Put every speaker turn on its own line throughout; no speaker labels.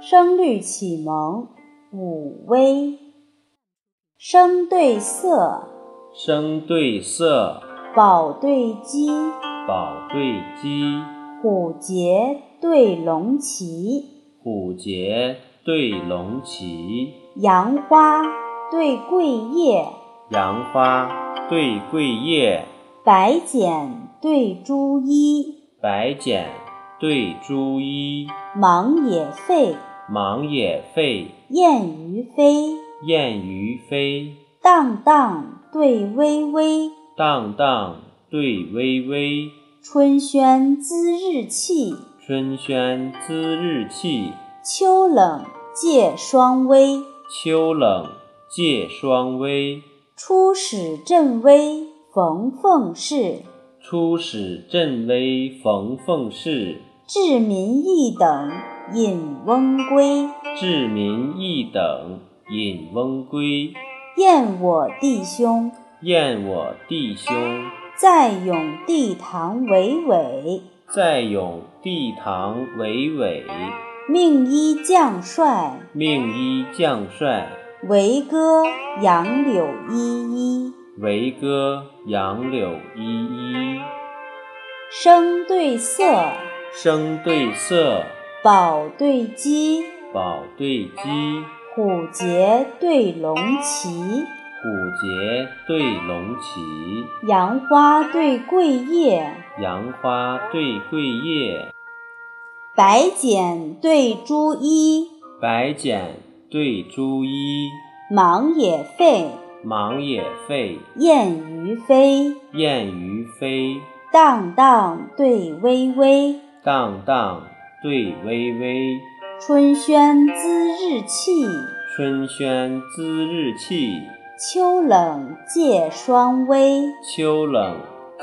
声律启蒙五微，声对色，
声对色，
宝对鸡，
宝对鸡，
虎节对龙旗，
虎节对龙旗，
杨花对桂叶，
杨花对桂叶，
白茧对朱衣，
白茧对朱衣，
忙也沸，
忙也沸，
燕于飞，
燕于飞，
荡荡对微微，
荡荡对微微，
春轩滋日气，
春轩滋日气，
秋冷借霜微。
秋冷借霜微。
出使振威逢凤事，
出使振威逢凤事，
治民一等引翁归。
治民一等引翁归。
燕我弟兄，
燕我弟兄，
在永帝堂为伟。
在永帝堂为伟。
命一将帅，
命一将帅，
为歌杨柳依依。
为歌杨柳依依。
声对色，
声对色，
宝对鸡，
宝对鸡，
虎节对龙旗，
虎节对龙旗，
杨花对桂叶，
杨花对桂叶，
白茧对朱衣，
白茧对朱衣，
忙也沸，
忙也沸，
燕于飞，
燕于飞，
荡荡对微微，
荡荡对微微，
春轩滋日气，
春轩滋日气，
秋冷借霜微。
秋冷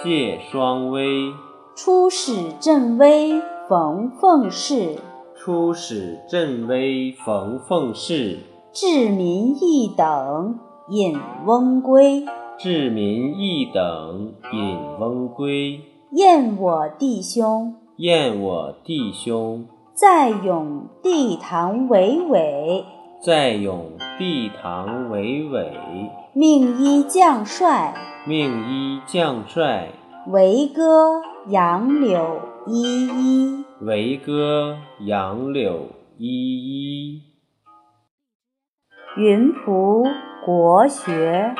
借霜微。
出使振威逢凤事，
出使振威逢凤事，
治民一等引翁归。
治民一等引翁归。
燕我弟兄，
燕我弟兄，
在永帝堂为伟。
在永帝堂为伟。
命一将帅，
命一将帅，
为歌杨柳依依。
为歌杨柳依依。
云仆国学。